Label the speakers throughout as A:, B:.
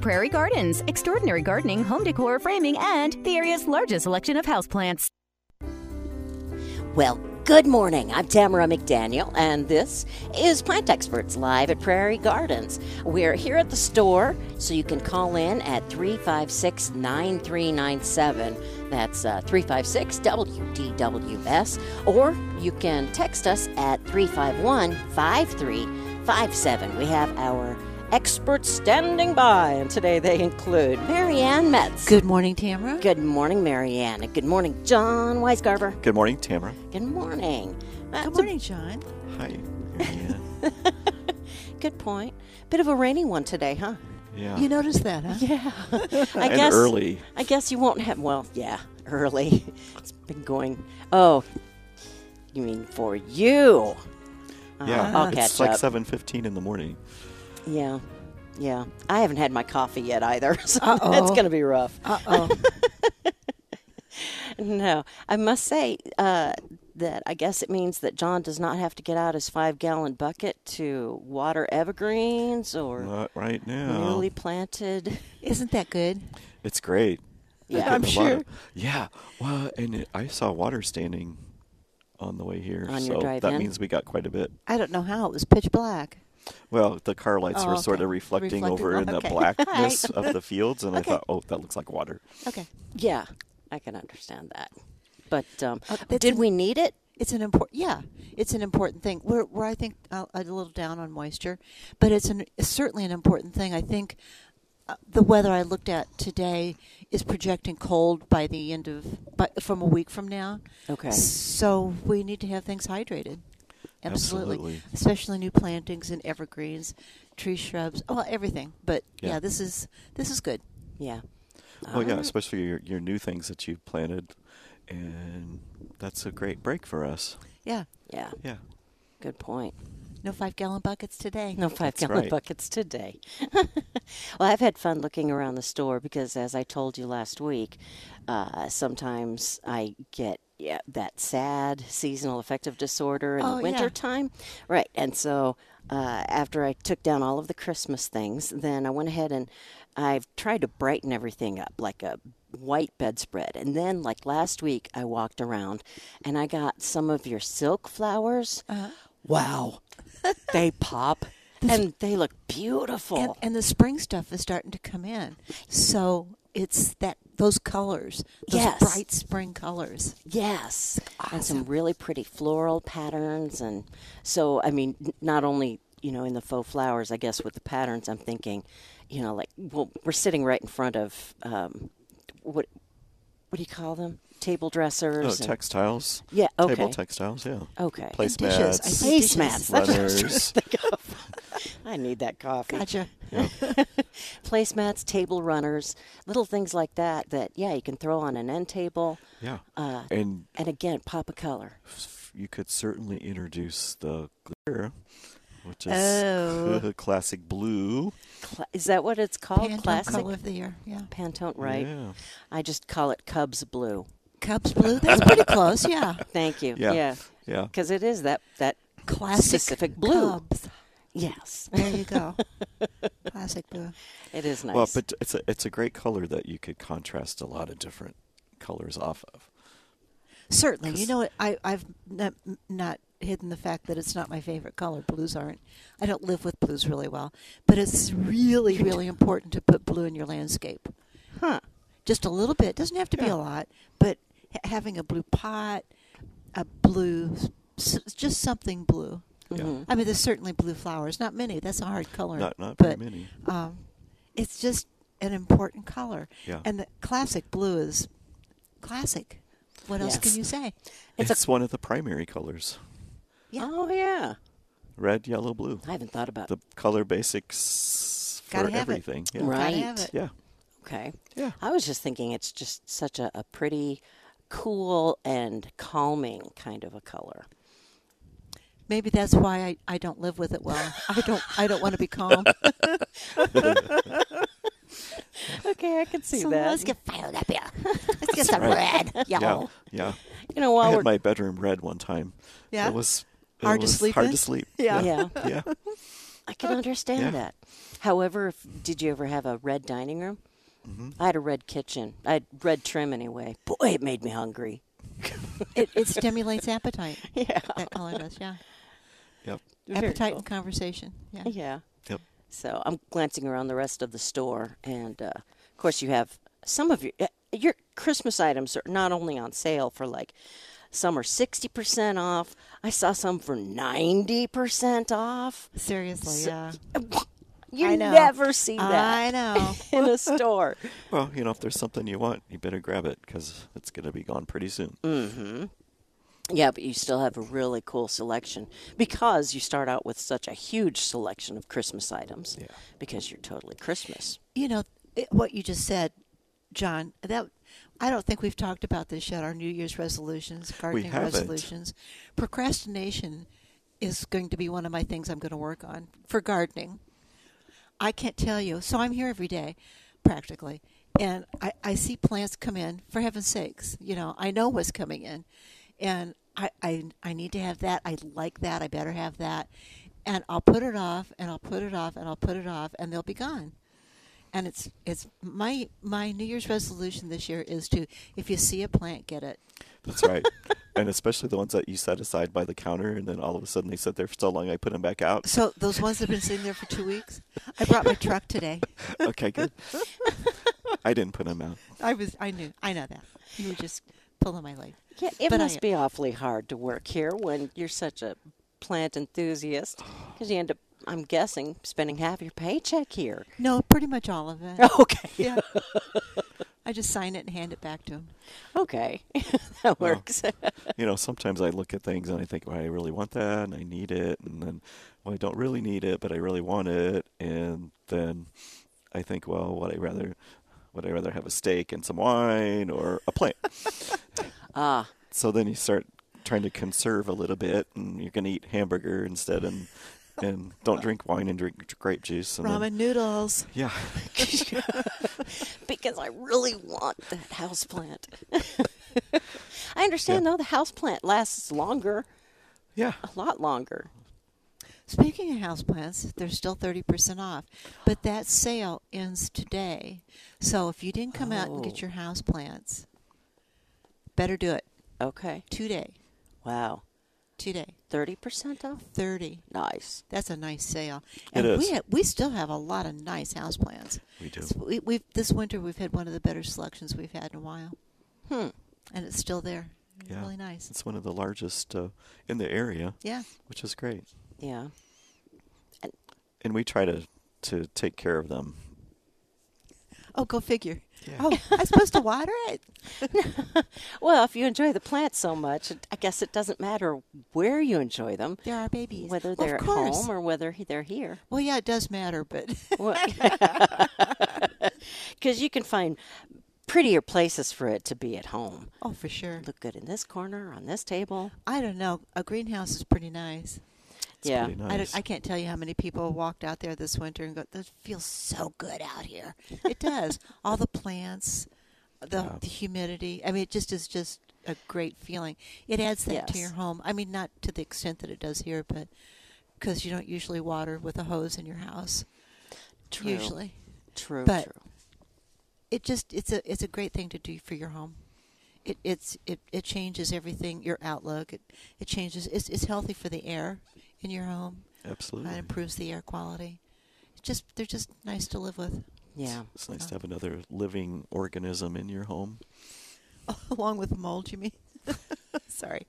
A: Prairie Gardens, extraordinary gardening, home decor, framing, and the area's largest selection of houseplants.
B: Well, good morning. I'm Tamara McDaniel, and this is Plant Experts Live at Prairie Gardens. We're here at the store, so you can call in at 356 9397. That's uh, 356 WDWS, or you can text us at 351 5357. We have our experts standing by, and today they include Marianne Metz.
C: Good morning, Tamara.
B: Good morning, Marianne. and Good morning, John Weisgarber.
D: Good morning, Tamara.
B: Good morning. That's
C: Good morning, John.
D: Hi. Marianne.
B: a good point. Bit of a rainy one today, huh?
D: Yeah.
C: You noticed that, huh?
B: Yeah. I
D: and
B: guess
D: early.
B: I guess you won't have well, yeah, early. It's been going Oh. You mean for you.
D: Yeah.
B: I'll
D: it's
B: catch
D: like
B: up.
D: 7:15 in the morning.
B: Yeah. Yeah. I haven't had my coffee yet either, so
C: Uh-oh.
B: it's going to be rough.
C: Uh oh.
B: No, I must say uh, that I guess it means that John does not have to get out his five gallon bucket to water evergreens or
D: Not right now.
B: newly planted.
C: Isn't that good?
D: It's great.
B: Yeah,
D: Getting
B: I'm
D: a lot of- yeah. Well, and it, I saw water standing on the way here,
B: On
D: so
B: your drive
D: that
B: in?
D: means we got quite a bit.
C: I don't know how. It was pitch black.
D: Well, the car lights
C: Oh,
D: were
C: okay.
D: sort of reflecting,
C: Reflecting,
D: over in the
C: okay.
D: blackness of the fields, and
C: Okay.
D: I thought, oh, that looks like water.
C: Okay.
B: Yeah, I can understand that. But um,
C: Uh, that's
B: did
C: an-
B: we need it?
C: It's an important, yeah, it's an important thing. We're, we're I think, uh, a little down on moisture, but it's an, it's certainly an important thing. I think uh, the weather I looked at today is projecting cold by the end of, by, from a week from now.
B: Okay.
C: So we need to have things hydrated. Absolutely.
D: Absolutely.
C: Especially new plantings and evergreens, tree shrubs, oh, everything. But yeah,
D: Yeah.
C: this is this is good.
B: Yeah. Um,
D: Well, yeah, especially your your new things that you've planted, and that's a great break for us.
C: Yeah.
B: Yeah,
D: Yeah.
B: good point.
C: No 5-gallon buckets today.
B: No five
D: That's
B: gallon
D: right.
B: buckets today. well, I've had fun looking around the store because, as I told you last week, uh, sometimes I get yeah, that sad seasonal affective disorder in
C: Oh, yeah.
B: the wintertime. Right. And so uh, after I took down all of the Christmas things, then I went ahead and I've tried to brighten everything up like a white bedspread. And then, like last week, I walked around and I got some of your silk flowers.
C: Uh-huh.
B: Wow. they pop and they look beautiful.
C: and, and the spring stuff is starting to come in. So it's that those colors, those
B: Yes.
C: bright spring colors.
B: Yes, and some really pretty floral patterns, and so I mean, n- not only you know in the faux flowers, I guess with the patterns, I'm thinking, you know, like well, we're sitting right in front of um, what what do you call them? Table
D: Oh,
B: dressers. and-
D: textiles.
B: Yeah,
D: Table
B: okay.
D: textiles. Yeah.
B: okay.
D: Placemats.
C: dishes, I see.
B: placemats. That's what I was trying to
D: Runners.
B: think of. I need that coffee.
C: Gotcha.
B: Placemats, table runners, little things like that. That yeah, you can throw on an end table,
D: Yeah.
B: Uh,
D: and
B: and again, pop a color.
D: f- you could certainly introduce the glitter, which is
C: Oh.
D: classic blue.
B: Cla- Is that what it's called?
C: Pantone
B: Classic
C: color of the year. Yeah.
B: Pantone, right?
D: Yeah.
B: I just call it Cubs Blue.
C: Cubs blue. That's pretty close. Yeah.
B: Thank you.
D: Yeah.
B: Yeah.
D: Yeah.
B: Because it is that that
C: Classic
B: Specific blue.
C: Cubs.
B: yes,
C: There you go. Classic blue.
B: it is nice.
D: Well, but it's a it's a great color that you could contrast a lot of different colors off of.
C: Certainly. You know, what? I, I've not, not hidden the fact that it's not my favorite color. Blues aren't. I don't live with blues really well, but it's really, really important to put blue in your landscape.
B: huh?
C: just a little bit. Doesn't have to be a lot, but ha- having a blue pot, a blue, s- just something blue.
D: Yeah.
C: I mean, there's certainly blue flowers. Not many. That's a hard color.
D: Not not very
C: but
D: many.
C: um, it's just an important color.
D: Yeah.
C: And the classic blue is classic. What else
B: Yes.
C: can you say?
D: It's,
B: it's a-
D: one of the primary colors.
C: Yeah.
B: Oh yeah.
D: Red, yellow, blue.
B: I haven't thought about.
D: The color basics
C: Gotta
D: for
C: have it.
D: everything. Yeah.
B: Right.
C: Gotta have it.
D: Yeah.
B: okay.
D: Yeah.
B: I was just thinking it's just such a, a pretty, cool and calming kind of a color.
C: Maybe that's why I, I don't live with it well. I don't I don't want to be calm.
B: Okay, I can see
C: So
B: that.
C: let's get fired up here. Let's get some red,
D: Yeah.
C: y'all.
D: Yeah.
B: you know,
D: I
B: while
D: had
B: we're
D: my bedroom red one time.
C: Yeah?
D: It was it
C: Hard to
D: was
C: sleep
D: Hard
C: in?
D: to sleep.
C: Yeah.
B: yeah.
D: Yeah.
B: I can understand
D: Yeah.
B: that. However, if, did you ever have a red dining room?
C: Mm-hmm.
B: I had a red kitchen. I had red trim anyway. Boy, it made me hungry.
C: It, it stimulates appetite.
B: Yeah.
C: That color does, yeah.
D: Yep.
B: Very
C: appetite
B: cool.
C: and conversation. Yeah.
B: Yeah.
D: Yep.
B: So I'm glancing around the rest of the store, and uh, of course you have some of your uh, your Christmas items are not only on sale for like some are sixty percent off. I saw some for ninety percent off.
C: Seriously, yeah.
B: You
C: I know.
B: never see
C: I
B: that
C: know.
B: in a store.
D: Well, you know, if there's something you want, you better grab it because it's going to be gone pretty soon.
C: Mm.
B: Yeah, but you still have a really cool selection because you start out with such a huge selection of Christmas items.
D: Yeah.
B: Because you're totally Christmas.
C: You know it, what you just said, John. That I don't think we've talked about this yet. Our New Year's resolutions, gardening
D: haven't.
C: resolutions, procrastination is going to be one of my things I'm going to work on for gardening. I can't tell you. So I'm here every day, practically, and I, I see plants come in. For heaven's sakes, you know I know what's coming in, and I, I I need to have that. I like that. I better have that, and I'll put it off, and I'll put it off, and I'll put it off, and they'll be gone. And it's it's my my New Year's resolution this year is to if you see a plant, get it.
D: That's right. and especially the ones that you set aside by the counter and then all of a sudden they sit there for so long, I put them back out.
C: So those ones that have been sitting there for two weeks, I brought my truck today.
D: okay, good. I didn't put them out.
C: I was I knew I know that you were just pulling my leg.
B: Yeah, it
C: But I-
B: must be awfully hard to work here when you're such a plant enthusiast because you end up, I'm guessing, spending half your paycheck here.
C: No, pretty much all of it.
B: Okay.
C: Yeah. I just sign it and hand it back to him.
B: Okay. that
D: Well,
B: works.
D: you know, sometimes I look at things and I think, well, I really want that and I need it. And then, well, I don't really need it, but I really want it. And then I think, well, would I rather, would I rather have a steak and some wine or a plant?
B: ah,
D: so then you start trying to conserve a little bit and you're going to eat hamburger instead and, and don't drink wine and drink grape juice. And then-
C: Ramen noodles.
D: yeah.
B: because I really want that house plant. I understand, though, the house plant lasts longer,
D: Yeah.
B: a lot longer.
C: Speaking of houseplants, they're still thirty percent off, but that sale ends today. So if you didn't come out and
B: Oh.
C: get your houseplants, better do it
B: Okay.
C: today.
B: Wow.
C: Today,
B: 30% off?
C: thirty.
B: Nice.
C: That's a nice sale.
D: It
C: And
D: is.
C: we ha- we still have a lot of nice houseplants.
D: We do.
C: S- We, we've this winter we've had one of the better selections we've had in a while,
B: Hmm.
C: and it's still there.
D: Yeah.
C: Really nice.
D: It's one of the largest uh, in the area,
C: Yeah.
D: which is great.
B: Yeah.
D: And we try to, to take care of them.
C: Oh, go figure.
D: Yeah.
C: Oh, I'm supposed to water it.
B: Well, if you enjoy the plants so much, it- I guess it doesn't matter where you enjoy them,
C: There are babies.
B: whether
C: Well, of
B: they're at
C: course.
B: home or whether he- they're here.
C: Well, yeah, it does matter, but
B: Because you can find prettier places for it to be at home.
C: oh, for sure.
B: Look good in this corner, on this table.
C: I don't know. A greenhouse is pretty nice.
D: It's
B: yeah.
D: pretty
C: I,
D: nice.
C: don't, I can't tell you how many people walked out there this winter and go, "This feels so good out here." It does. All the plants, the
D: Yeah.
C: the humidity. I mean, it just is just a great feeling. It adds that to
B: Yes.
C: your home. I mean, not to the extent that it does here, but because you don't usually water with a hose in your house,
B: True.
C: usually
B: True.
C: But-
B: true.
C: it just it's a it's a great thing to do for your home. It it's it, it changes everything. Your outlook. It it changes. It's it's healthy for the air in your home.
D: Absolutely.
C: That improves the air quality. It's just they're just nice to live with,
B: Yeah.
D: It's nice to have another living organism in your home.
C: along with mold. You mean? Sorry,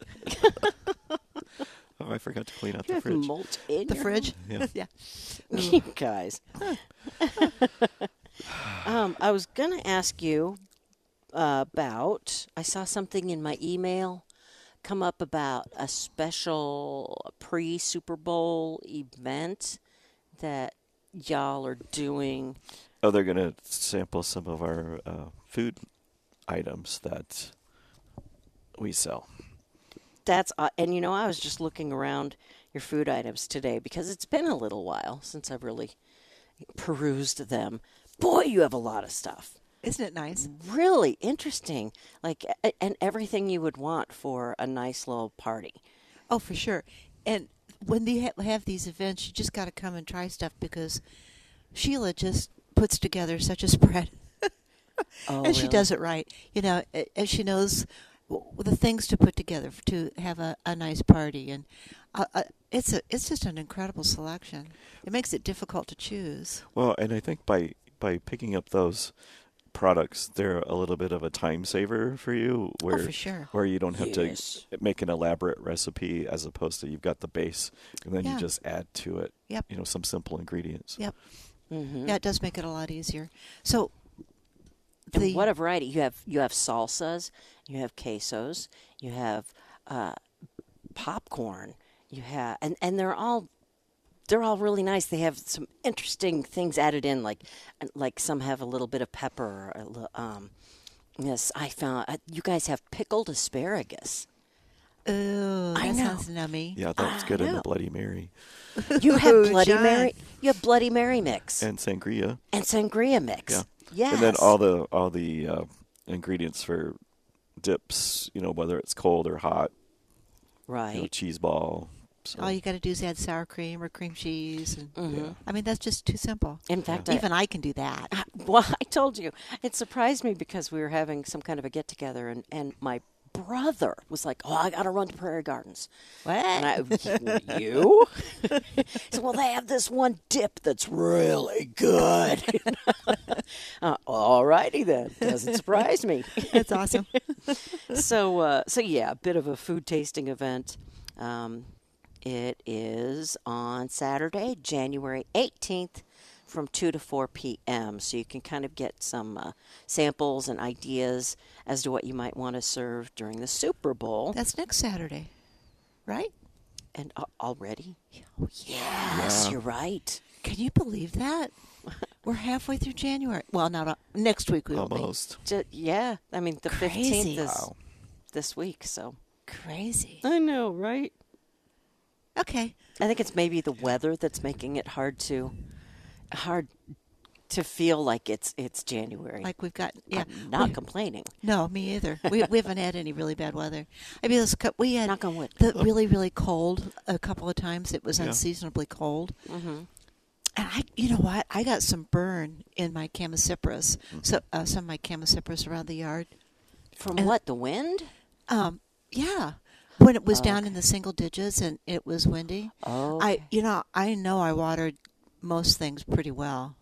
D: Oh, I forgot to clean out
B: You
D: the
B: have
D: fridge.
B: mulch in
C: the
B: your
C: fridge.
D: Yeah.
C: yeah.
B: you guys. um, I was going to ask you about. I saw something in my email come up about a special pre Super Bowl event that y'all are doing.
D: Oh, they're going to sample some of our uh, food items that we sell.
B: That's uh, and you know I was just looking around your food items today because it's been a little while since I've really perused them. Boy, you have a lot of stuff.
C: Isn't it nice?
B: really interesting like a- and everything you would want for a nice little party
C: Oh, for sure. And when they ha- have these events, you just got to come and try stuff because Sheila just puts together such a spread.
B: Oh,
C: and she
B: really?
C: does it right. You know, a- and she knows w- the things to put together f- to have a, a nice party, and uh, uh, it's a it's just an incredible selection. It makes it difficult to choose.
D: Well, and I think by by picking up those products, they're a little bit of a time saver for you, where
C: Oh, for sure.
D: where you don't have
B: Yes.
D: to make an elaborate recipe, as opposed to you've got the base and then
C: Yeah.
D: you just add to it,
C: Yep.
D: you know, some simple ingredients.
C: Yep.
B: Mm-hmm.
C: Yeah, it does make it a lot easier. So,
B: And
C: the
B: what a variety! You have you have salsas, you have quesos, you have uh, popcorn, you have, and and they're all they're all really nice. They have some interesting things added in, like like some have a little bit of pepper. Or a li- um, yes, I found uh, you guys have pickled asparagus.
C: oh, that
B: I know.
C: sounds nummy.
D: Yeah, that's good in
B: know.
D: the Bloody Mary
B: You have
C: Ooh,
B: Bloody
C: John.
B: Mary. You have Bloody Mary mix and,
D: and sangria.
B: sangria mix.
D: Yeah.
B: Yes.
D: And then all the all the uh, ingredients for dips, you know, whether it's cold or hot, you know,
B: right.
D: cheese ball. So,
C: All you got to do is add sour cream or cream cheese, and
B: Mm-hmm.
D: yeah.
C: I mean that's just too simple.
B: In fact, I,
C: Even I can do that.
B: Well, I told you, it surprised me because we were having some kind of a get together, and, and my brother was like, "Oh, I got to run to Prairie Gardens."
C: What?
B: And I, you? he said, "Well, they have this one dip that's really good." uh, All righty then, doesn't surprise me.
C: That's awesome.
B: so, uh, so yeah, a bit of a food tasting event. Um, it is on Saturday, January 18th from 2 to 4 p.m. So you can kind of get some uh, samples and ideas as to what you might want to serve during the Super Bowl.
C: That's next Saturday, right?
B: and uh, already? Oh, yes, you're right.
C: Can you believe that? We're halfway through January. Well, not uh, next week. We will be.
D: almost.
B: Ju- yeah, I mean, the
C: Crazy.
B: 15th is
D: Wow.
B: this week, so.
C: crazy.
B: I know, right?
C: Okay,
B: I think it's maybe the weather that's making it hard to hard to feel like it's it's January.
C: like we've got yeah.
B: I'm not
C: we-
B: complaining.
C: no, me either. We, we haven't had any really bad weather. I mean, this cou- we had
B: Knock on wood.
C: the really really cold a couple of times. It was
D: Yeah.
C: unseasonably cold.
B: Mm-hmm.
C: And I, you know what? I got some burn in my camassipras.
D: Mm-hmm.
C: So uh, some of my camassipras around the yard.
B: From
C: And-
B: what the wind?
C: Um, yeah, when it
D: Oh,
C: was down in the single digits and it was windy.
B: Oh,
C: I, you know, I know I watered most things pretty well.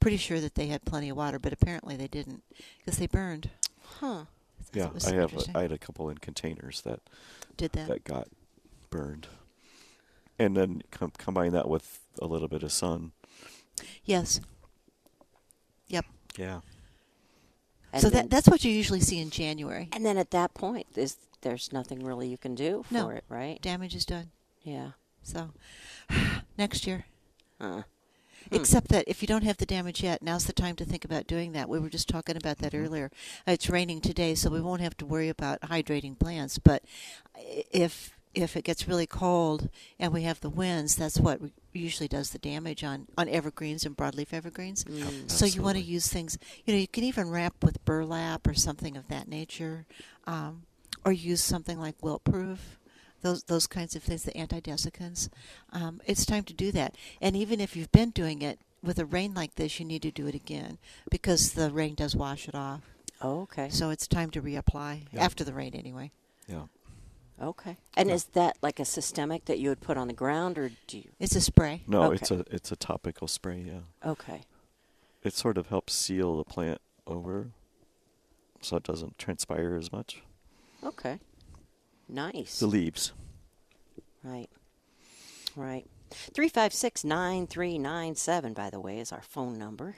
C: Pretty sure that they had plenty of water, but apparently they didn't because they burned.
B: huh.
C: That
D: Yeah,
C: was
D: I have.
C: interesting.
D: A, I had a couple in containers that
C: Did that?
D: that got burned, and then com- combine that with a little bit of sun.
C: Yes. Yep.
D: Yeah.
B: And
C: so
B: then,
C: that that's what you usually see in January.
B: and then at that point, is there's nothing really you can do for
C: No.
B: it, right?
C: Damage is done.
B: Yeah.
C: So next year.
B: Uh,
C: Except that if you don't have the damage yet, now's the time to think about doing that. We were just talking about that earlier. Uh, It's raining today, so we won't have to worry about hydrating plants. But i- if if it gets really cold and we have the winds, that's what re- usually does the damage on, on evergreens and broadleaf evergreens. So you want to
D: Absolutely.
C: use things, you know, you can even wrap with burlap or something of that nature, um, or use something like wilt proof. Those, those kinds of things, the antidesiccants. Um, it's time to do that. And even if you've been doing it with a rain like this, you need to do it again because the rain does wash it off.
B: okay.
C: So it's time to reapply
D: Yeah.
C: after the rain, anyway.
D: Yeah.
B: Okay. And
D: Yeah.
B: is that like a systemic that you would put on the ground, or do you?
C: It's a spray.
D: No,
B: Okay.
D: it's a it's a topical spray. Yeah.
B: Okay.
D: It sort of helps seal the plant over, so it doesn't transpire as much.
B: Okay. Nice.
D: The leaves.
B: Right. Right. 356 9397, by the way, is our phone number.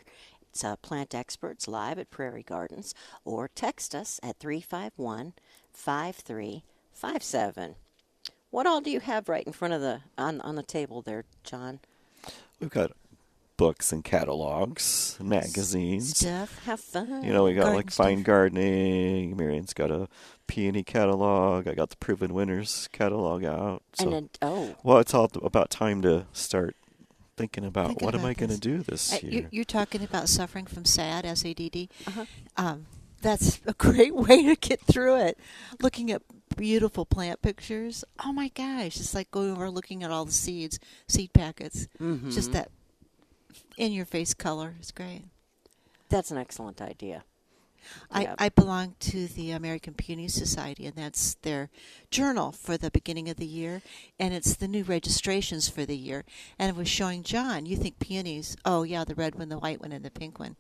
B: It's uh, Plant Experts live at Prairie Gardens, or text us at 351 5357. What all do you have right in front of the on on the table there, John?
D: We've got books and catalogs, magazines.
C: Stuff.
B: Have fun.
D: You know, we got
C: Garden
D: like
C: stuff.
D: fine gardening. Marian's got a peony catalog. I got the proven winners catalog out. So,
B: and then oh,
D: well, it's all about time to start thinking about
C: Thinking
D: what am
C: about
D: I going to
C: this.
D: do this
C: Uh,
D: year.
C: you, you're talking about suffering from SAD, S A D D. Um, that's a great way to get through it. Looking at beautiful plant pictures. Oh my gosh, it's like going over looking at all the seeds, seed packets.
B: mm-hmm.
C: Just that in your face color. It's great.
B: That's an excellent idea. Yeah.
C: I, I belong to the American Peony Society, and that's their journal for the beginning of the year, and it's the new registrations for the year. And it was showing John, you think peonies, oh, yeah, the red one, the white one, and the pink one.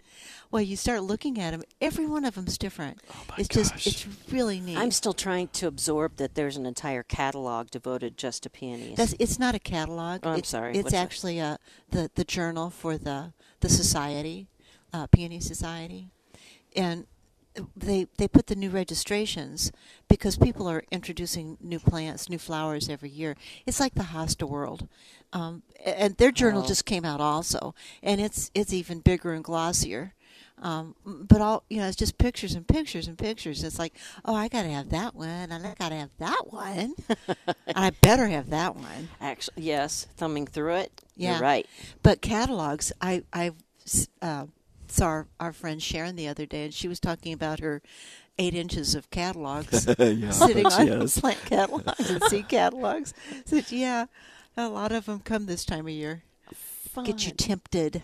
C: Well, you start looking at them, every one of them's different. Oh
D: my
C: it's
D: gosh.
C: just, it's really neat.
B: I'm still trying to absorb that there's an entire catalog devoted just to peonies.
C: That's, it's not a catalog.
B: Oh, I'm
C: It's-
B: sorry.
C: It's
B: What's that?
C: actually uh, the the journal for the the society, uh, Peony Society, and they they put the new registrations because people are introducing new plants, new flowers every year. It's like the hosta world, um, a- and their journal
B: Oh.
C: just came out also, and it's it's even bigger and glossier. Um, but all you know, it's just pictures and pictures and pictures. It's like, oh, I gotta have that one, and I gotta have that one, and I better have that one.
B: Actually, yes, thumbing through it.
C: Yeah.
B: You're right.
C: But catalogs, I I uh, saw our, our friend Sharon the other day, and she was talking about her eight inches of catalogs
D: yeah,
C: sitting
D: that's
C: on
D: yes.
C: plant catalogs and seed catalogs. Said, yeah, a lot of them come this time of year. Get you
B: Fun.
C: tempted.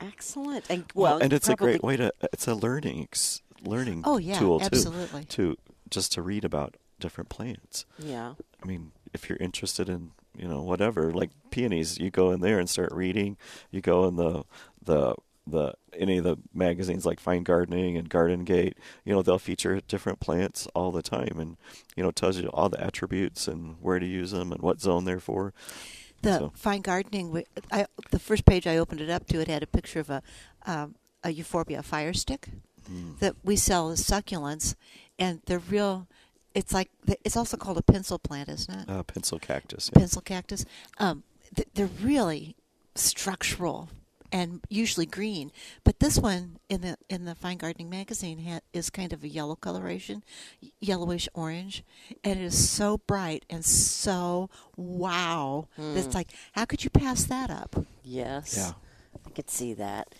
B: Excellent. And, well,
D: Oh, and
B: you
D: it's a great
B: probably-
D: way to. It's a learning ex- learning
C: Oh, yeah,
D: tool too,
C: absolutely.
D: To just to read about different plants.
B: Yeah.
D: I mean, if you're interested in you know whatever, like peonies, you go in there and start reading. You go in the the the any of the magazines like Fine Gardening and Garden Gate. You know they'll feature different plants all the time, and you know tells you all the attributes and where to use them and what zone they're for.
C: The
D: So-
C: fine gardening. wi- I, the first page I opened it up to, it had a picture of a um, a euphorbia fire stick that we sell as succulents, and they're real. It's like it's also called a pencil plant, isn't it?
D: Uh, pencil cactus. yeah.
C: pencil cactus. Um, th- they're really structural and usually green, but this one in the in the Fine Gardening magazine ha- is kind of a yellow coloration, y- yellowish orange, and it is so bright and so wow.
B: Hmm.
C: It's like how could you pass that up?
B: Yes.
D: Yeah.
B: I could see that.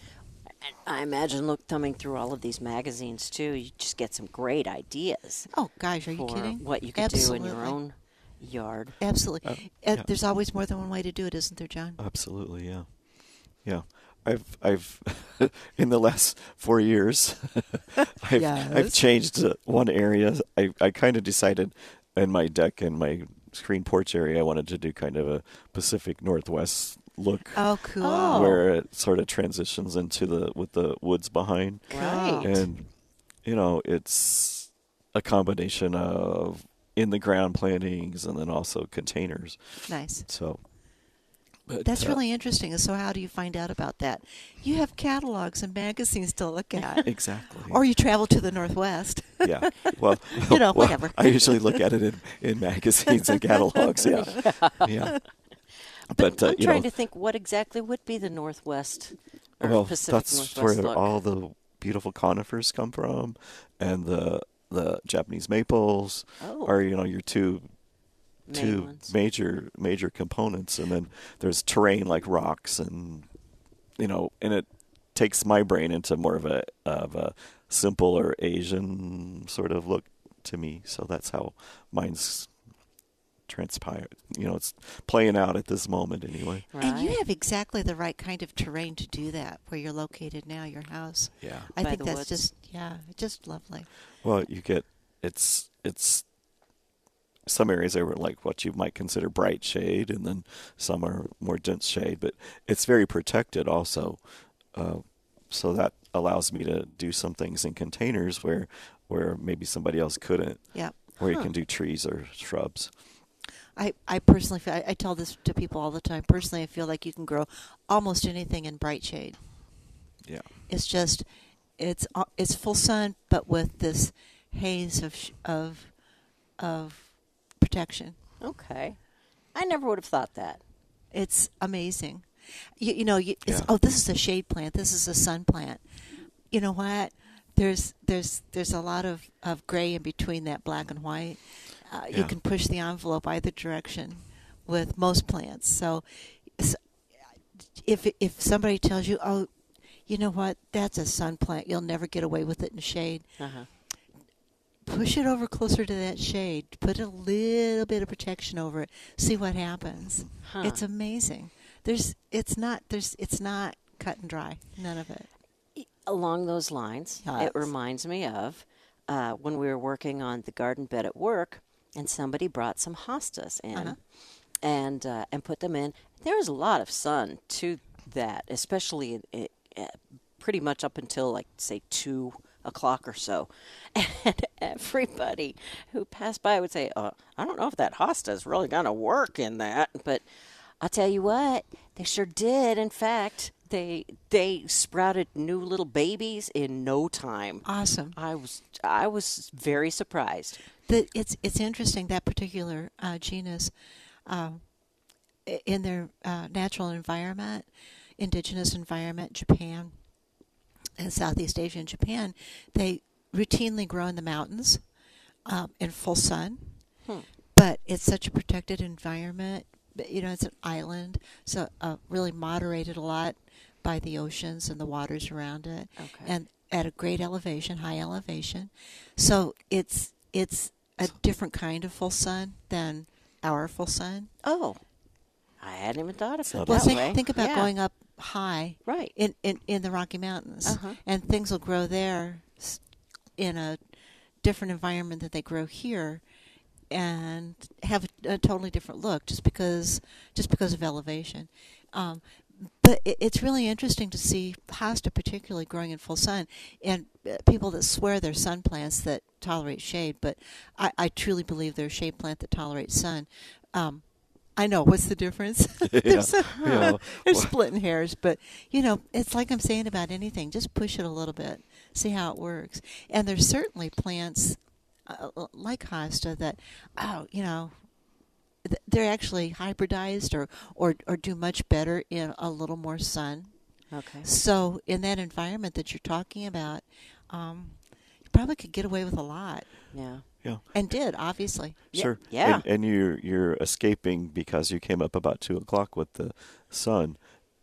B: And I imagine, look, thumbing through all of these magazines too, you just get some great ideas
C: Oh gosh, are you
B: for
C: kidding?
B: what you could do in your
C: Absolutely.
B: own yard.
C: Absolutely. Uh,
D: yeah. Uh,
C: There's always more than one way to do it, isn't there, John?
D: Absolutely, yeah, yeah. I've I've in the last four years, I've I've
C: Yes.
D: changed uh, one area. I I kind of decided in my deck and my screen porch area, I wanted to do kind of a Pacific Northwest look,
C: Oh, cool.
B: Oh.
D: where it sort of transitions into the with the woods behind.
B: Right.
D: And you know, it's a combination of in the ground plantings and then also containers.
C: Nice.
D: So but,
C: That's
D: uh,
C: really interesting. And So, how do you find out about that? You have catalogs and magazines to look at,
D: exactly.
C: or you travel to the Northwest.
D: yeah. Well,
C: You know,
D: well,
C: whatever.
D: I usually look at it in, in magazines and catalogs. Yeah, yeah. But, uh,
B: I'm
D: you
B: trying
D: know,
B: to think what exactly would be the Northwest or
D: well,
B: Pacific
D: that's
B: Northwest
D: where
B: look.
D: all the beautiful conifers come from, and the the Japanese maples
B: Oh.
D: are you know your two
B: Main
D: two
B: ones.
D: major major components, and then there's terrain like rocks and you know, and it takes my brain into more of a of a simple or Asian sort of look to me. So that's how mine's transpired. You know, it's playing out at this moment anyway.
B: right?
C: And you have exactly the right kind of terrain to do that where you're located now, your house.
D: Yeah.
C: I
B: By
C: think
B: the
C: that's
B: woods.
C: just, yeah, just lovely.
D: Well, you get it's it's some areas are like what you might consider bright shade, and then some are more dense shade. But it's very protected also, uh, so that allows me to do some things in containers where where maybe somebody else couldn't,
C: Yeah.
D: where you
C: Huh.
D: can do trees or shrubs.
C: I, I personally feel, I, I tell this to people all the time. Personally, I feel like you can grow almost anything in bright shade.
D: Yeah,
C: It's just, it's uh, it's full sun, but with this haze of sh- of of protection.
B: okay. I never would have thought that.
C: It's amazing. You, you know, you, it's,
D: Yeah.
C: oh, this is a shade plant. This is a sun plant. You know what? There's there's there's a lot of, of gray in between that black and white. Uh, You
D: Yeah.
C: can push the envelope either direction with most plants. So, s if if somebody tells you, oh, you know what? That's a sun plant. You'll never get away with it in shade.
B: Uh-huh.
C: push it over closer to that shade, put a little bit of protection over it, see what happens.
B: Huh.
C: It's amazing. There's it's not there's it's not cut and dry. None of it.
B: Along those lines,
C: Yes.
B: it reminds me of uh, when we were working on the garden bed at work, and somebody brought some hostas in,
C: Uh-huh.
B: and uh, and put them in. There was a lot of sun to that, especially in, in, uh, pretty much up until like say two o'clock or so, and everybody who passed by would say, uh, "I don't know if that hosta is really going to work in that," but I'll tell you what, they sure did. In fact, they they sprouted new little babies in no time.
C: Awesome.
B: I was I was very surprised.
C: The, it's it's interesting that particular uh, genus, um, i- in their uh, natural environment, indigenous environment, Japan, and Southeast Asia and Japan, they routinely grow in the mountains, um, in full sun. But it's such a protected environment. but, You know, it's an island, so uh, really moderated a lot by the oceans and the waters around it,
B: Okay.
C: and at a great elevation, high elevation. So it's it's a different kind of full sun than our full sun.
B: Oh, I hadn't even thought of it
D: not
C: Well,
B: that
D: bad.
B: way.
C: think, think about
B: Yeah.
C: going up high
B: Right.
C: in, in, in the Rocky Mountains,
B: Uh-huh.
C: and things will grow there s- in a different environment that they grow here, and have a, a totally different look just because just because of elevation. Um, but it, it's really interesting to see hosta particularly growing in full sun, and uh, people that swear they're sun plants that tolerate shade, but I, I truly believe they're a shade plant that tolerates sun. Um, I know what's the difference.
D: Yeah,
C: There's a-
D: yeah.
C: they're splitting hairs, but you know, it's like I'm saying about anything. Just push it a little bit, see how it works. And there's certainly plants uh, l- like hosta that, oh, you know, th- they're actually hybridized or, or or do much better in a little more sun.
B: Okay.
C: So in that environment that you're talking about, um, you probably could get away with a lot,
B: Yeah.
D: Yeah.
C: and did obviously.
B: Yeah,
D: Sure.
B: yeah.
D: And, and you're you're escaping because you came up about two o'clock with the sun.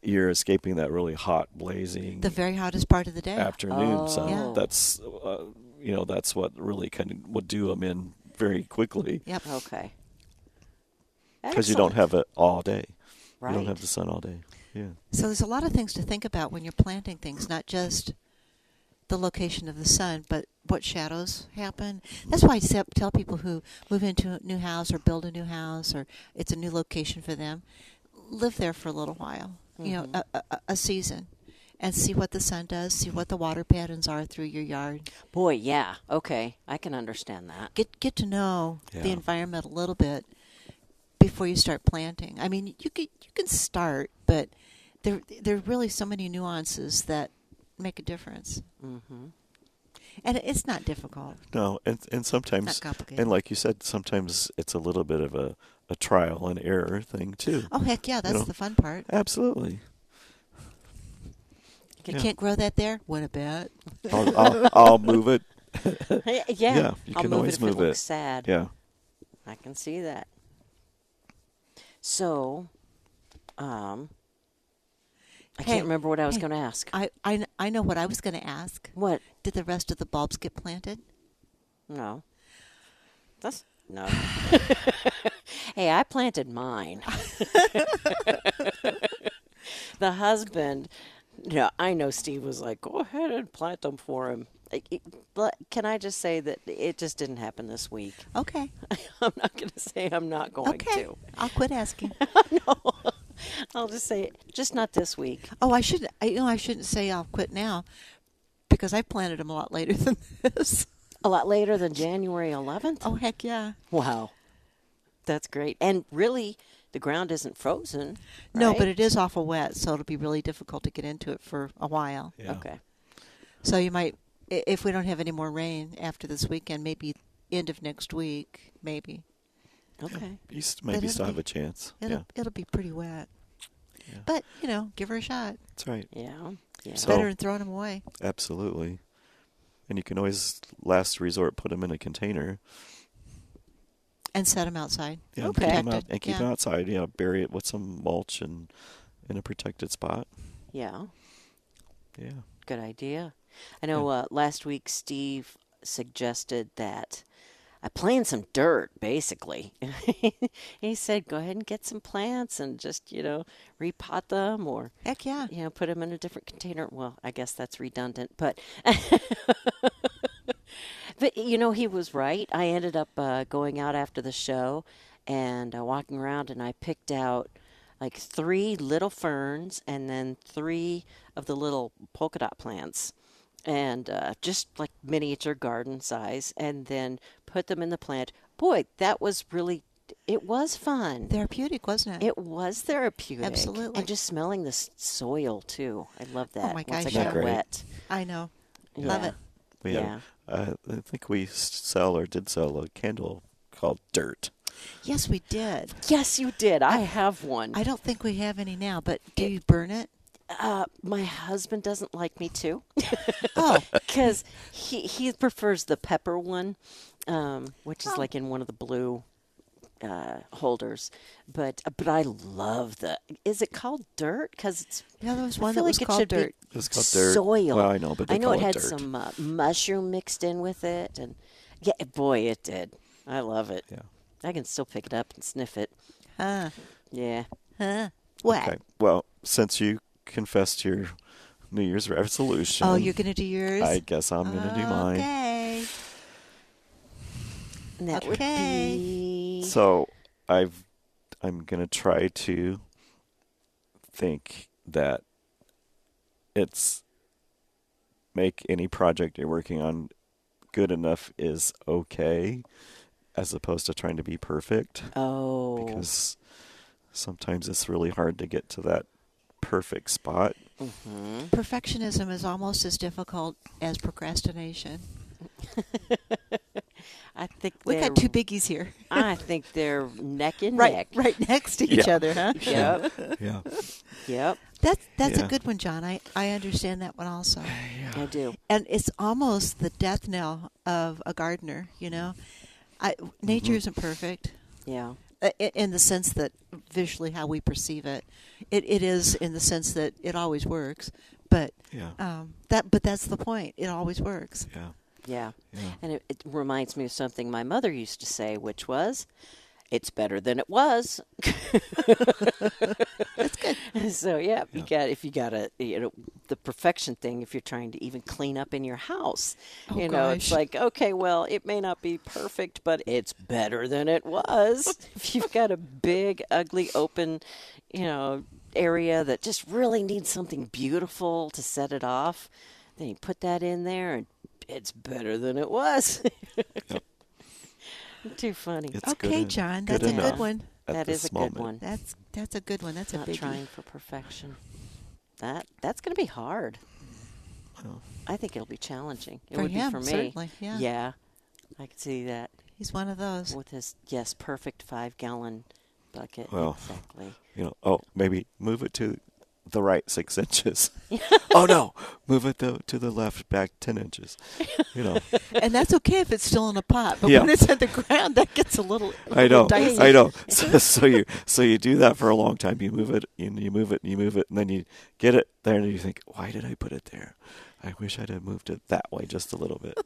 D: You're escaping that really hot, blazing
C: The very hottest part of the day.
D: afternoon
B: Oh.
D: sun.
C: Eh. Yeah.
D: That's uh, you know that's what really kind of would do them in very quickly
C: Yep.
B: Okay.
D: because you don't
B: Excellent.
D: have it all day. You
B: Right.
D: don't have the sun all day. Yeah.
C: So there's a lot of things to think about when you're planting things, not just the location of the sun, but what shadows happen. That's why I se- tell people who move into a new house or build a new house or it's a new location for them, live there for a little while, you know, a- a, a, a season, and see what the sun does, see what the water patterns are through your yard.
B: Boy, yeah. Okay, I can understand that.
C: Get get to know the
D: Yeah.
C: environment a little bit before you start planting. I mean, you can you can start, but there there are really so many nuances that make a difference.
B: Mm-hmm.
C: And it- it's not difficult.
D: No, and and
C: Not
D: sometimes
C: complicated.
D: and like you said, sometimes it's a little bit of a, a trial and error thing too.
C: Oh heck yeah, that's
D: know.
C: the fun part.
D: Absolutely.
C: You
D: Yeah.
C: can't grow that there. What a bet.
D: I'll, I'll, I'll move it.
B: Yeah,
D: Yeah, you
B: I'll
D: can
B: move
D: always
B: it if
D: move
B: it. Looks
D: it.
B: sad.
D: Yeah.
B: I can see that. So, um, I
C: Hey,
B: can't remember what I was
C: hey,
B: going to ask.
C: I, I, kn- I know what I was going to ask.
B: what?
C: Did the rest of the bulbs get planted?
B: No. That's no. hey, I planted mine. the husband, no, I know Steve was like, go ahead and plant them for him. Like, it- But can I just say that it just didn't happen this week?
C: Okay.
B: I'm not going to say I'm not
D: Oh,
B: going
C: Okay.
B: to.
C: I'll quit asking.
B: I'll just say, just not this week.
C: Oh, I shouldn't. I, you know, I shouldn't say I'll quit now, because I planted them a lot later than this.
B: A lot later than January 11th?
C: Oh heck yeah!
B: Wow. That's great. And really, the ground isn't frozen.
C: No, but
B: right?
C: it is awful wet, so it'll be really difficult to get into it for a while.
D: Yeah.
B: Okay.
C: So you might, i- if we don't have any more rain after this weekend, maybe end of next week, maybe
B: Okay.
D: East maybe
C: it'll
D: still have
C: be-
D: a chance.
C: it'll
D: yeah.
C: it'll be pretty wet.
D: yeah.
C: But you know, give her a shot.
D: That's right.
B: Yeah. Yeah.
C: It's
D: So-
C: better than throwing them away.
D: Absolutely. And you can always last resort put them in a container.
C: And set them outside.
D: Yeah, and
B: Okay.
D: keep 'em out,
C: Protected,
D: and keep
C: yeah.
D: 'em outside. Yeah, bury it with some mulch and in a protected spot.
B: yeah.
D: Yeah.
B: Good idea. I know uh, last week Steve suggested that I plan some dirt, basically. he said, go ahead and get some plants and just, you know, repot them or,
C: Heck yeah.
B: you know, put them in a different container. Well, I guess that's redundant, but. But you know, he was right. I ended up uh, going out after the show and uh, walking around, and I picked out like three little ferns and then three of the little polka dot plants, and uh, just like miniature garden size, and then put them in the plant. Boy, that was really it was fun.
C: Therapeutic, wasn't it?
B: It was therapeutic.
C: Absolutely. Oh
B: And just smelling the s- soil too. I love that.
C: my
B: Once I got
C: gosh,
D: yeah. Great.
B: wet.
C: I know. Love
B: Yeah.
C: it.
D: We have- uh, I think we s- sell or did sell a candle called Dirt.
C: Yes, we did.
B: Yes, you did. I have one.
C: I don't think we have any now, but do you burn it?
B: Uh, my husband doesn't like me too
C: Oh,
B: because he he prefers the pepper one, um, which
C: Oh.
B: is like in one of the blue uh, holders. But uh, but I love the. Is it called dirt? Because it's
C: yeah, there was
B: I
C: one
B: feel
C: that was
B: like it
C: called
B: should be
C: dirt.
D: It's called Dirt.
B: Soil.
D: Well, I know, but they
B: I know
D: call
B: it
D: it
B: had
D: dirt.
B: some uh, mushroom mixed in with it, and yeah, boy, it did. I love it.
D: Yeah.
B: I can still pick it up and sniff it.
C: Huh.
B: Yeah.
C: Huh. What?
D: Okay. Well, since you confessed your New Year's resolution,
C: Oh, you're going to do yours?
D: I guess I'm gonna do mine.
C: Okay.
B: And that would
C: Okay.
B: be-
D: So I've I'm gonna try to think that it's make any project you're working on good enough is okay as opposed to trying to be perfect
B: Oh.
D: because sometimes it's really hard to get to that perfect spot.
C: Perfectionism is almost as difficult as procrastination.
B: I think
C: We
B: they're-
C: got two biggies here.
B: I think they're neck and
C: Right,
B: neck.
C: right next to each
D: Yeah.
C: other, huh?
B: Yep.
D: Yeah.
B: yep.
C: That's that's a
D: Yeah.
C: good one, John. I, I understand that one also.
B: I do.
C: and it's almost the death knell of a gardener. You know, I,
D: Mm-hmm.
C: nature isn't perfect
B: Yeah.
C: uh, i- in the sense that visually how we perceive it. It it is in the sense that it always works, but
D: Yeah.
C: um, that but that's the point. It always works.
D: Yeah.
B: Yeah.
D: Yeah.
B: And it, it reminds me of something my mother used to say, which was, "It's better than it was." That's good. So yeah, you got if you got a you know the perfection thing. If you're trying to even clean up in your house,
C: Oh,
B: you know, it's
C: gosh.
B: like okay, well, it may not be perfect, but it's better than it was. if you've got a big, ugly, open, you know, area that just really needs something beautiful to set it off, then you put that in there and. It's better than it was. Too funny.
D: It's good
C: okay,
D: en-
C: John,
D: good
C: that's a good
D: enough
C: one.
D: at
B: That
D: this
B: is a
D: moment.
B: good one.
C: That's that's a good one. That's a
B: Not
C: big
B: trying for perfection. That that's going to be hard. I think it'll be challenging. It
C: For
B: would
C: him,
B: be for me.
C: certainly, yeah.
B: I could see that
C: He's one of those.
B: with his yes, perfect five gallon bucket.
D: Well.
B: Exactly.
D: you know, oh, maybe move it to the right six inches. oh no, move it though to the left back ten inches. You know,
C: and that's okay if it's still in a pot, but
D: Yeah.
C: when it's on the ground, that gets a little.
D: I know,
C: dicey.
D: I know. So, so you so you do that for a long time. You move it and you move it and you move it, and then you get it there, and you think, why did I put it there? I wish I'd have moved it that way just a little bit.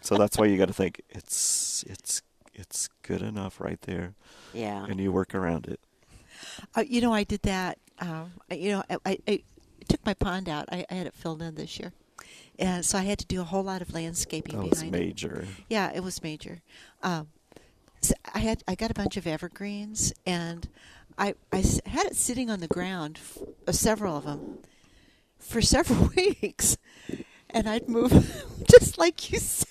D: so that's why you got to think it's it's it's good enough right there,
B: Yeah.
D: and you work around it.
C: Uh, you know, I did that. Um, I- you know, I, I, I took my pond out. I, I had it filled in this year, and so I had to do a whole lot of landscaping
D: That was
C: behind it.
D: major.
C: Yeah, it was major. Um, so I had I got a bunch of evergreens, and I I s- had it sitting on the ground, f- uh, several of them, for several weeks, and I'd move 'em, just like you said.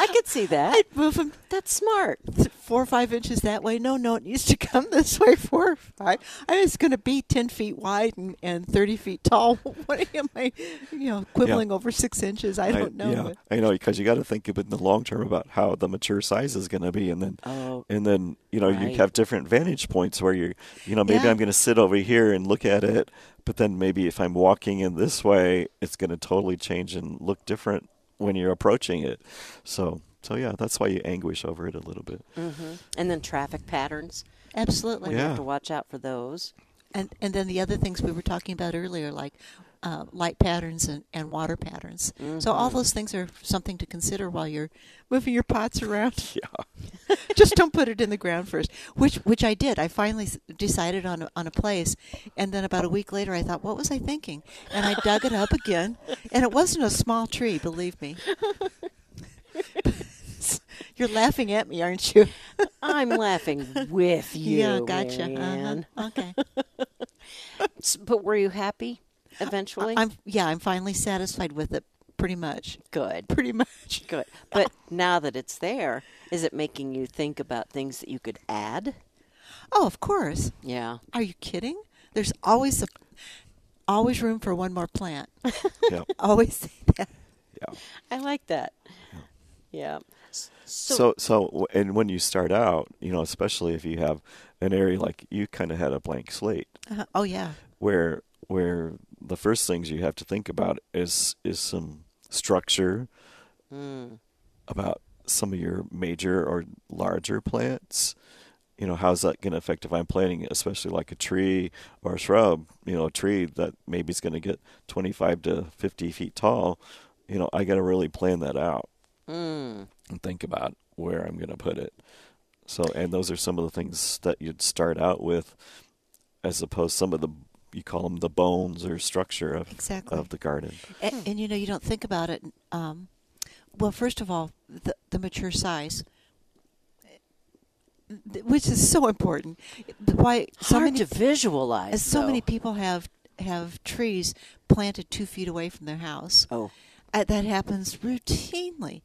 B: I could see that.
C: I'd move them
B: that's smart.
C: four or five inches that way. No, no, it needs to come this way. Four or five. I mean, it's going to be ten feet wide and, and thirty feet tall. What am I, you know, quibbling over six inches? I don't know.
D: Yeah,
C: but-
D: I know because you got to think of it in the long term about how the mature size is going to be, and then
C: Uh,
B: Oh,
D: and then you know
B: right.
D: you have different vantage points where you you know maybe
C: Yeah.
D: I'm going to sit over here and look at it, but then maybe if I'm walking in this way, it's going to totally change and look different when you're approaching it. So so yeah, that's why you anguish over it a little bit.
C: Mm.
B: mm-hmm. And then traffic patterns.
C: Absolutely.
B: You
D: Yeah.
B: have to watch out for those.
C: And and then the other things we were talking about earlier, like uh, light patterns and, and water patterns. So all those things are something to consider while you're moving your pots around.
D: Yeah.
C: just don't put it in the ground first which which i did i finally s- decided on a, on a place and then about a week later i thought what was i thinking and i dug it up again and it wasn't a small tree believe me you're laughing at me aren't you
B: I'm laughing with you.
C: yeah gotcha
B: Marianne.
C: uh-huh. okay
B: S- But were you happy eventually?
C: i'm yeah i'm finally satisfied with it pretty much
B: good.
C: pretty much
B: Good. But now that it's there, is it making you think about things that you could add?
C: oh of course
B: Yeah.
C: are you kidding there's always a always room for one more plant
D: Yeah.
C: always say that
D: Yeah.
B: I like that. Yeah. S- So,
D: So, so, w and when you start out, you know, especially if you have an area like you kind of had a blank slate
B: Uh-huh.
C: uh, oh yeah
D: where where the first things you have to think about is is some structure about some of your major or larger plants. You know, how's that going to affect if I'm planting, especially like a tree or a shrub? You know, a tree that maybe is going to get 25 to 50 feet tall. You know, I got to really plan that out
B: Hmm.
D: and think about where I'm going to put it. So, and those are some of the things that you'd start out with, as opposed some of the you call them the bones or structure of
C: Exactly.
D: of the garden.
C: A- And, you know, you don't think about it. Um, well, first of all, the, the mature size, eh, th- which is so important. The- Why so
B: hard
C: many,
B: to visualize.
C: so many
B: though.
C: people have have trees planted two feet away from their house.
B: Oh,
C: Uh, that happens routinely.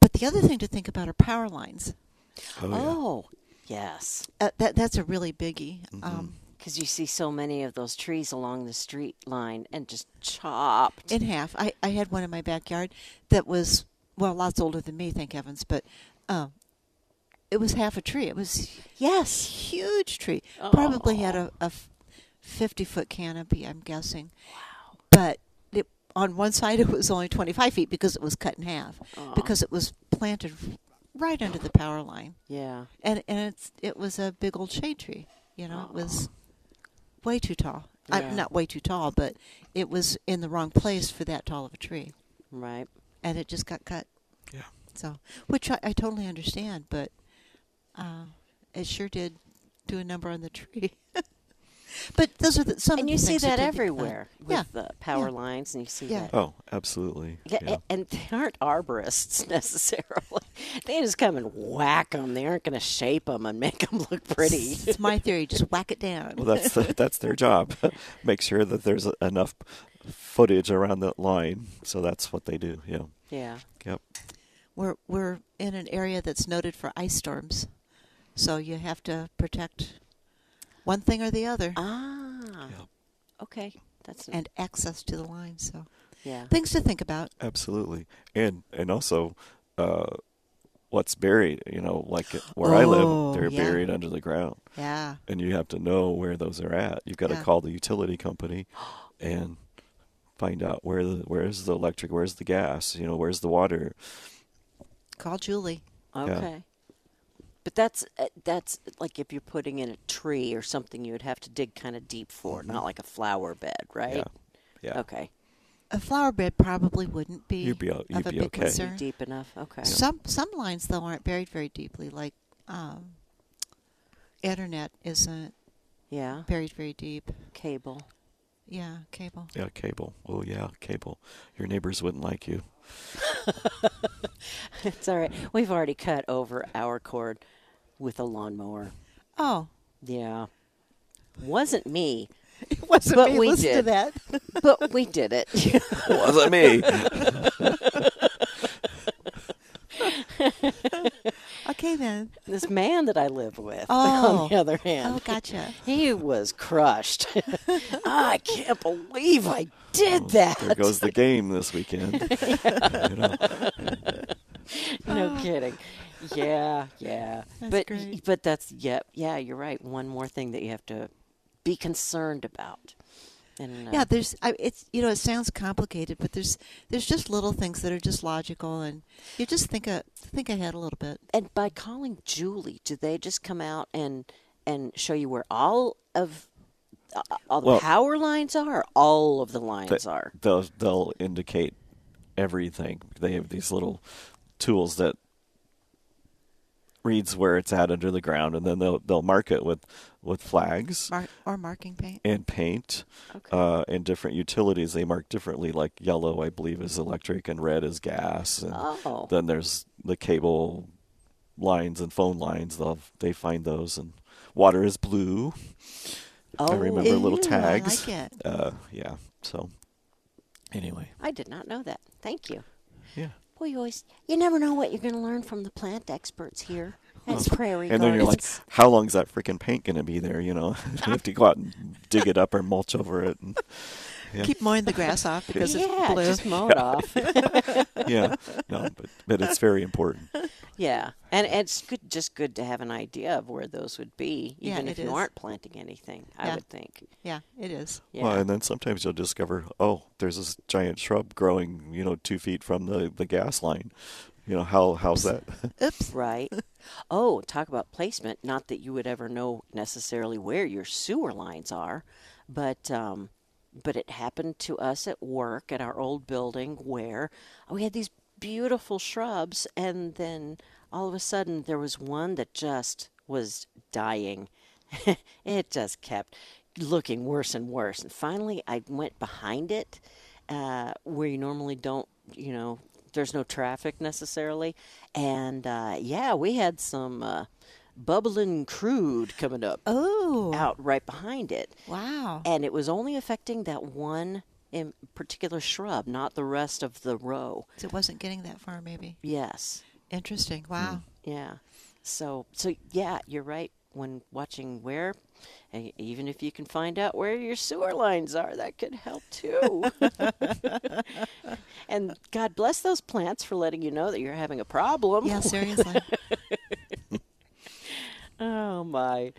C: But the other thing to think about are power lines.
D: Oh,
B: oh, yes.
C: Uh, that that's a really biggie. Um,
B: Because you see so many of those trees along the street line and just chopped.
C: in half. I, I had one in my backyard that was well, lots older than me, thank heavens, but um, it was half a tree. It was
B: yes.
C: huge tree. Probably had a, a f- fifty foot canopy, I'm guessing. Wow. But it, on one side it was only twenty five feet because it was cut in half because it was planted right under the power line,
B: Yeah.
C: and and it's it was a big old shade tree. You know, it was way too tall.
B: Yeah.
C: I, not way too tall, but it was in the wrong place for that tall of a tree
B: Right.
C: and it just got cut.
D: Yeah.
C: So, which I, I totally understand, but uh, it sure did do a number on the tree. but those are the, some.
B: And
C: of
B: you
C: the
B: see
C: things
B: that
C: did get cut.
B: everywhere with
C: Yeah.
B: the power
C: Yeah.
B: lines, and you see
C: Yeah.
B: that.
D: Oh, absolutely.
B: Yeah, a- and they aren't arborists necessarily. They just come and whack them. They aren't going to shape them and make them look pretty.
C: It's my theory. Just whack it down.
D: Well, that's the, that's their job. Make sure that there's enough footage around that line. So that's what they do. Yeah.
B: Yeah.
D: Yep.
C: we're we're in an area that's noted for ice storms, so you have to protect one thing or the other,
B: Ah.
D: Yep.
B: Okay. That's
C: and access to the line. So,
B: yeah.
C: things to think about.
D: Absolutely. And and also, uh, what's buried? You know, like where I live,
C: Oh,
D: they're
C: yeah.
D: buried under the ground.
C: Yeah.
D: and you have to know where those are at. You've got to
C: Yeah.
D: call the utility company and find out where the where's the electric, where's the gas, you know, where's the water.
C: Call Julie.
B: Okay. But that's uh, that's like if you're putting in a tree or something, you would have to dig kind of deep for, it, not like a flower bed, right?
D: Yeah. Yeah.
B: Okay.
C: A flower bed probably wouldn't be,
D: You'd be o-
C: of
D: you'd
C: a
D: be
C: big
D: okay.
C: concern.
B: Deep enough. Okay.
C: Some some lines though aren't buried very deeply. Like um, Ethernet isn't
B: yeah.
C: buried very deep.
B: Cable.
C: Yeah, cable.
D: Yeah, cable. Oh yeah, cable. Your neighbors wouldn't like you.
B: It's all right. We've already cut over our cord with a lawnmower.
C: Oh,
B: Yeah. Wasn't me,
C: it wasn't
B: But me. we Listen to
C: Listen to
B: did.
C: that.
B: but we did it.
D: Wasn't me.
C: okay then.
B: this man that I live with,
C: Oh.
B: on the other hand,
C: Oh, gotcha.
B: he was crushed. I can't believe I did that.
D: Oh, there goes the game this weekend. you know,
B: no kidding. Yeah, yeah.
C: Oh. That's
B: but
C: great.
B: but that's yep, yeah, you're right. One more thing that you have to be concerned about. And uh,
C: Yeah, there's. I, it's you know it sounds complicated, but there's there's just little things that are just logical, and you just think a, think ahead a little bit.
B: and by calling Julie, do they just come out and and show you where all of uh, all the
D: Well-
B: power lines are. All of the lines
D: They-
B: are.
D: They'll they'll indicate everything. They have these little tools that reads where it's at under the ground, and then they'll they'll mark it with with flags
C: Mar- or marking paint.
D: and paint uh, and different utilities. They mark differently. Like yellow, I believe, is electric, and red is gas. And
B: Oh.
D: then there's the cable lines and phone lines. They'll they find those and. Water is blue.
B: Oh,
D: I remember little
C: Ooh, I
D: tags.
C: like it.
D: Uh, yeah. So, anyway,
B: I did not know that. Thank you.
D: yeah.
B: Boy, you always you never know what you're going to learn from the plant experts here. That's prairie
D: And then you're like,
B: gardens.
D: how long's that freaking paint going to be there? You know, you have to go out and dig it up or mulch over it. And, yeah.
C: Keep mowing the grass off because
B: yeah,
C: it's blue.
B: just mow it off.
D: yeah, no, but but it's very important.
B: yeah, and it's good, just good to have an idea of where those would be,
C: Yeah,
B: even if
C: it
B: you
C: is.
B: aren't planting anything. I
C: Yeah.
B: would think.
C: yeah, it is.
B: Yeah.
D: Well, and then sometimes you'll discover, oh, there's this giant shrub growing, you know, two feet from the the gas line. You know, how how's that?
C: Oops.
B: Right. Oh, talk about placement. Not that you would ever know necessarily where your sewer lines are, but um, but it happened to us at work at our old building where we had these beautiful shrubs, and then all of a sudden there was one that just was dying. it just kept looking worse and worse, and finally I went behind it uh, where you normally don't, you know, there's no traffic necessarily. And uh, yeah, we had some uh, bubbling crude coming up
C: Oh,
B: out right behind it.
C: wow.
B: And it was only affecting that one in particular shrub, not the rest of the row.
C: So it wasn't getting that far, maybe.
B: Yes.
C: Interesting. Wow.
B: Yeah. So so yeah, you're right. When watching where, and even if you can find out where your sewer lines are, that could help too. and God bless those plants for letting you know that you're having a
D: Mm.
B: problem.
C: Yeah, seriously.
B: Oh my.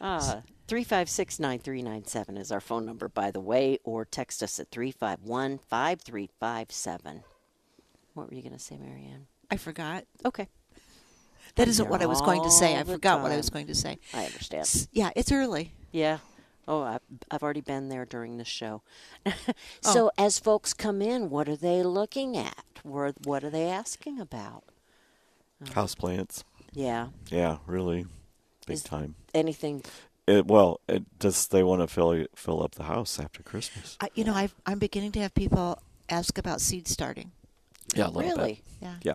B: Uh, 356 9397 is our phone number, by the way, or text us at 351 5357. What were you going to say, Marianne?
C: I forgot.
B: Okay.
C: That isn't
B: there
C: what I was going to say.
B: all
C: I
B: the
C: forgot what I was
B: time.
C: going to say.
B: I understand.
C: S- Yeah, it's early.
B: Yeah. Oh, I, I've already been there during the show. so, as folks come in, what are they looking at? What, what are they asking about?
D: House plants.
B: Yeah.
D: Yeah, really, big
B: Is-
D: time.
B: Anything?
D: It, well, it, does they want to fill fill up the house after Christmas?
C: I, you know, I've, I'm beginning to have people ask about seed starting.
D: Yeah, a little bit.
B: really?
C: Yeah.
D: Yeah.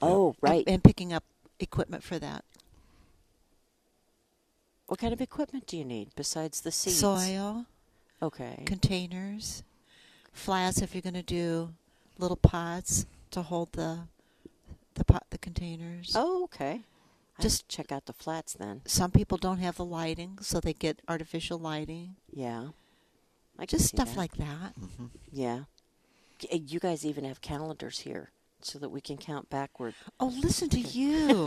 B: Oh,
C: And-
B: right.
C: And, picking up equipment for that.
B: what kind of equipment do you need besides the seeds?
C: Soil,
B: Okay.
C: containers, flats if you're going to do little pots to hold the the pot the containers.
B: Oh, okay. Just
C: Just-
B: check out the flats then.
C: Some people don't have the lighting, so they get artificial lighting.
B: Yeah. I can
C: Just
B: see
C: stuff
B: that. Mm-hmm.
C: like that.
B: yeah. Y- You guys even have calendars here so that we can count backward.
C: Oh, listen to you.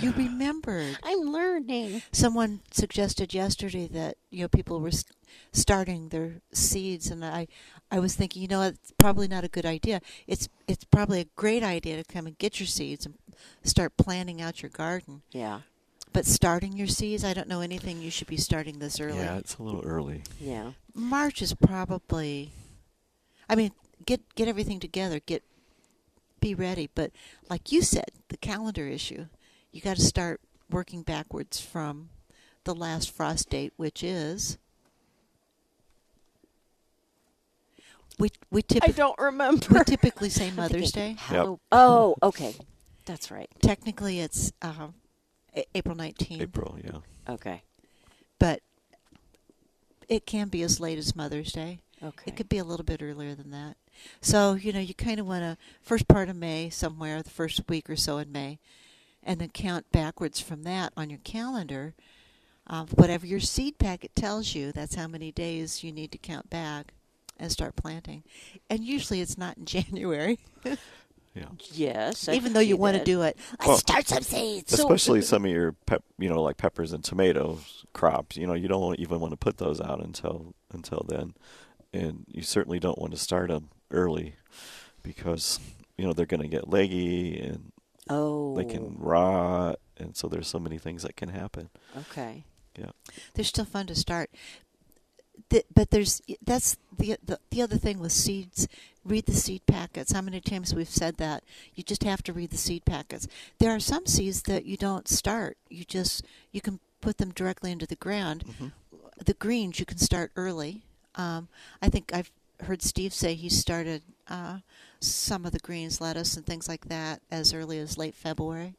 C: You remembered.
B: I'm learning.
C: Someone suggested yesterday that you know people were s starting their seeds, and I, I was thinking, you know, it's probably not a good idea. It's it's probably a great idea to come and get your seeds and start planning out your garden.
B: Yeah.
C: But starting your seeds, I don't know anything you should be starting this early.
D: Yeah, it's a little early.
B: Yeah.
C: March is probably. I mean, get get everything together. Get be ready. But like you said, the calendar issue. You got to start working backwards from the last frost date, which is. We we
B: I
C: typically
B: don't remember.
C: we typically say Mother's Day.
D: Yep.
B: Oh, okay. That's right.
C: Technically, it's uh, A- April nineteenth,
D: April, yeah.
B: Okay.
C: but it can be as late as Mother's Day.
B: Okay.
C: It could be a little bit earlier than that. So, you know, you kind of want to first part of May somewhere, the first week or so in May, and then count backwards from that on your calendar. Uh, whatever your seed packet tells you, that's how many days you need to count back and start planting. And usually it's not in January,
D: Yeah.
B: yes. I
C: even
B: can
C: though you
B: see
C: want to
B: that.
C: do it. Let's
D: Well,
C: start some seeds.
B: So-
D: Especially some of your pep, you know, like peppers and tomatoes crops. You know, you don't even want to put those out until until then, and you certainly don't want to start them early because you know they're going to get leggy and
B: Oh.
D: they can rot, and so there's so many things that can happen.
B: Okay.
D: Yeah.
C: They're still fun to start. th- but there's that's the, the the other thing with seeds. Read the seed packets. How many times we've said that? You just have to read the seed packets. There are some seeds that you don't start. You just you can put them directly into the ground. The greens you can start early. Um, I think I've heard Steve say he started uh, some of the greens, lettuce and things like that, as early as late February.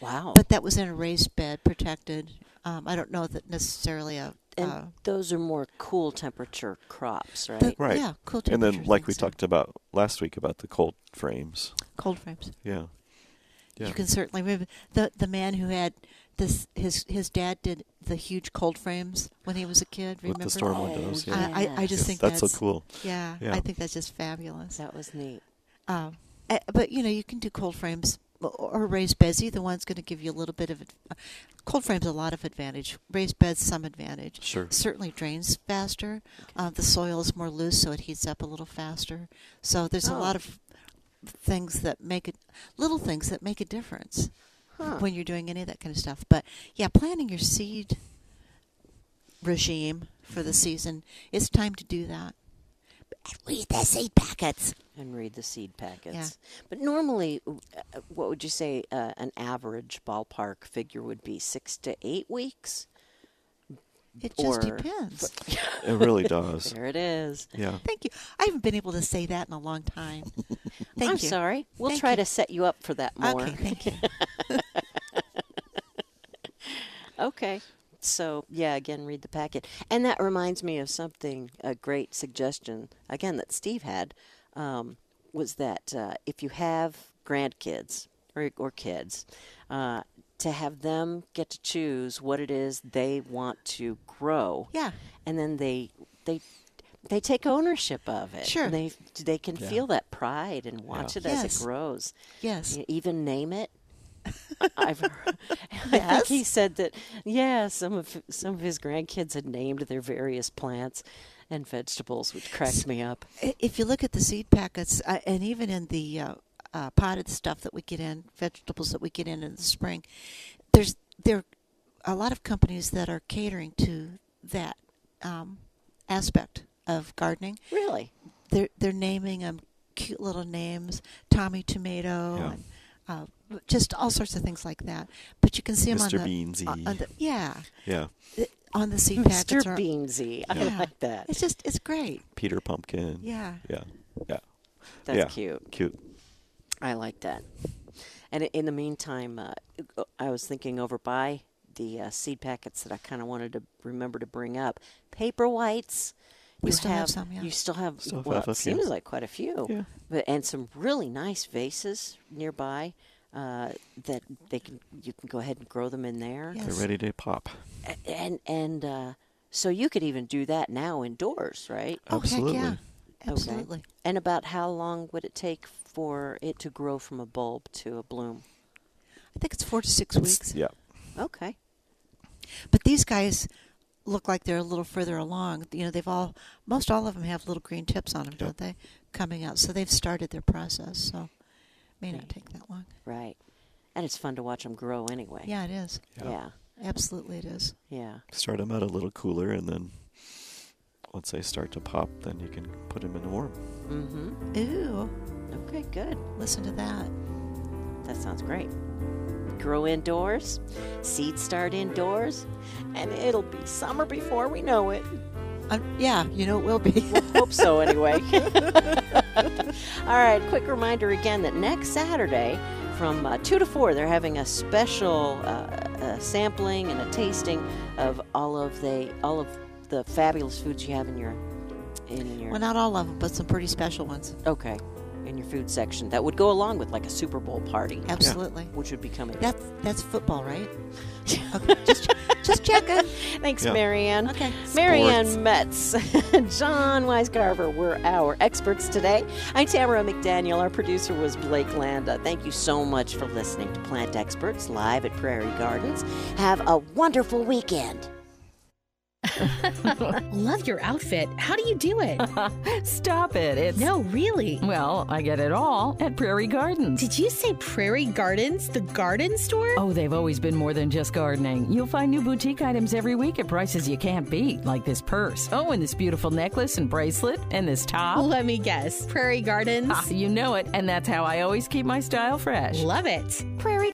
B: Wow.
C: But that was in a raised bed, protected. Um, I don't know that necessarily a.
B: and
C: uh,
B: those are more cool temperature crops, right?
C: the-
D: Right.
C: Yeah, cool
D: and then,
C: temperatures,
D: like we
C: things
D: talked about last week about the cold frames.
C: cold frames.
D: Yeah. Yeah.
C: You can certainly remember the the man who had this. His his dad did the huge cold frames when he was a kid.
D: With
C: Remember?
D: the storm
B: Oh,
D: windows.
B: yeah.
D: Yeah.
C: I, I, I
B: Yes.
C: just think
D: that's,
C: that's,
D: so cool.
C: Yeah,
D: Yeah.
C: I think that's just fabulous.
B: That was neat.
C: Um, eh, but you know, you can do cold frames or- or raised beds. Either one's going to give you a little bit of ad- uh, cold frames. A lot of advantage. Raised beds, some advantage.
D: Sure.
C: Certainly drains faster. Uh, the soil is more loose, so it heats up a little faster. So there's
B: Oh.
C: a lot of things that make it little things that make a difference
B: Huh.
C: when you're doing any of that kind of stuff. But yeah, planning your seed regime for
B: Mm-hmm.
C: the season, it's time to do that. Read the seed packets.
B: and read the seed packets. But normally, uh, uh, what would you say uh, an average ballpark figure would be? Six to eight weeks?
C: It just
B: Or-
C: depends.
D: It really does.
B: There it is.
D: yeah.
C: Thank you. I haven't been able to say that in a long time. Thank
B: I'm
C: you.
B: sorry. We'll
C: Thank
B: try
C: you.
B: to set you up for that more.
C: Okay, thank you.
B: Okay. So, yeah, again, read the packet. And that reminds me of something, a great suggestion, again, that Steve had um, was that uh, if you have grandkids or, or kids, uh, to have them get to choose what it is they want to grow.
C: Yeah.
B: And then they, they, they take ownership of it.
C: Sure.
B: They they can
D: Yeah.
B: feel that pride and watch
D: Yeah.
B: it as
C: Yes.
B: it grows.
C: Yes.
B: Y- even name it. I've, I think
C: Yes.
B: he said that. Yeah, some of some of his grandkids had named their various plants and vegetables, which cracked me up.
C: I- If you look at the seed packets, uh, and even in the uh, uh, potted stuff that we get in, vegetables that we get in in the spring, there's there are a lot of companies that are catering to that um, aspect of gardening.
B: Really,
C: They're they're naming them cute little names, Tommy Tomato,
D: Yeah.
C: and uh, just all sorts of things like that. But you can see them on
D: Mr.
C: the, uh,
D: Beansy.
C: on the yeah
D: Yeah.
C: it- on the seed
B: Mr.
C: packets. are-
B: Beansy, I
C: Yeah.
B: like that.
C: It's just it's great.
D: Peter Pumpkin.
C: Yeah.
D: Yeah. Yeah.
B: That's
D: Yeah.
B: cute.
D: Cute.
B: I like that. And in the meantime, uh, I was thinking over by the uh, seed packets that I kind of wanted to remember to bring up. Paper whites.
C: We still have some, yeah.
B: You still have.
D: Still have
B: well,
D: a
B: it
D: few.
B: seems like quite a
C: Oh.
B: few.
D: Yeah.
B: But, and some really nice vases nearby uh, that they can you can go ahead and grow them in there.
C: Yeah.
D: They're
C: Yes.
D: ready to pop.
B: A- And and uh, so you could even do that now indoors, right?
C: Oh, heck
D: Absolutely.
C: yeah.
B: Okay.
C: Absolutely.
B: And about how long would it take for it to grow from a bulb to a bloom?
C: I think it's four to six weeks.
D: Yeah.
B: Okay.
C: But these guys look like they're a little further along. You know, they've all, most all of them have little green tips on them,
D: Yep.
C: don't they? Coming out. So they've started their process. So may not take that long.
B: Right. And it's fun to watch them grow anyway.
C: Yeah, it is.
D: Yeah.
B: Yeah.
C: Absolutely, it is.
B: Yeah.
D: Start them out a little cooler, and then once they start to pop, then you can put them in warm.
B: Mm-hmm.
C: Ooh,
B: Okay, good.
C: listen to that.
B: That sounds great. Grow indoors, seeds start indoors, and it'll be summer before we know it.
C: Um, yeah, you know it will be.
B: Hope so, anyway. All right, quick reminder again that next Saturday from uh, 2 to 4, they're having a special uh, uh, sampling and a tasting of all of the all of the fabulous foods you have in your in your
C: well, not all of them, but some pretty special ones.
B: okay in your food section that would go along with like a Super Bowl party,
C: Absolutely.
B: which would be coming.
C: That's that's football, right? okay, just just checking.
B: Thanks,
D: Yeah.
B: Marianne.
C: Okay.
B: Marianne Metz, John Weisgarver were our experts today. I'm Tamara McDaniel. Our producer was Blake Landa. Thank you so much for listening to Plant Experts live at Prairie Gardens. Have a wonderful weekend.
E: Love your outfit. How do you do it?
F: Stop it. It's
E: No, really.
F: Well, I get it all at Prairie Gardens.
E: Did you say Prairie Gardens, the garden store?
F: Oh, they've always been more than just gardening. You'll find new boutique items every week at prices you can't beat, like this purse. Oh, and this beautiful necklace and bracelet and this top.
E: Let me guess. Prairie
F: Ah,
E: Gardens.
F: you know it, and that's how I always keep my style fresh.
E: Love it.
A: Prairie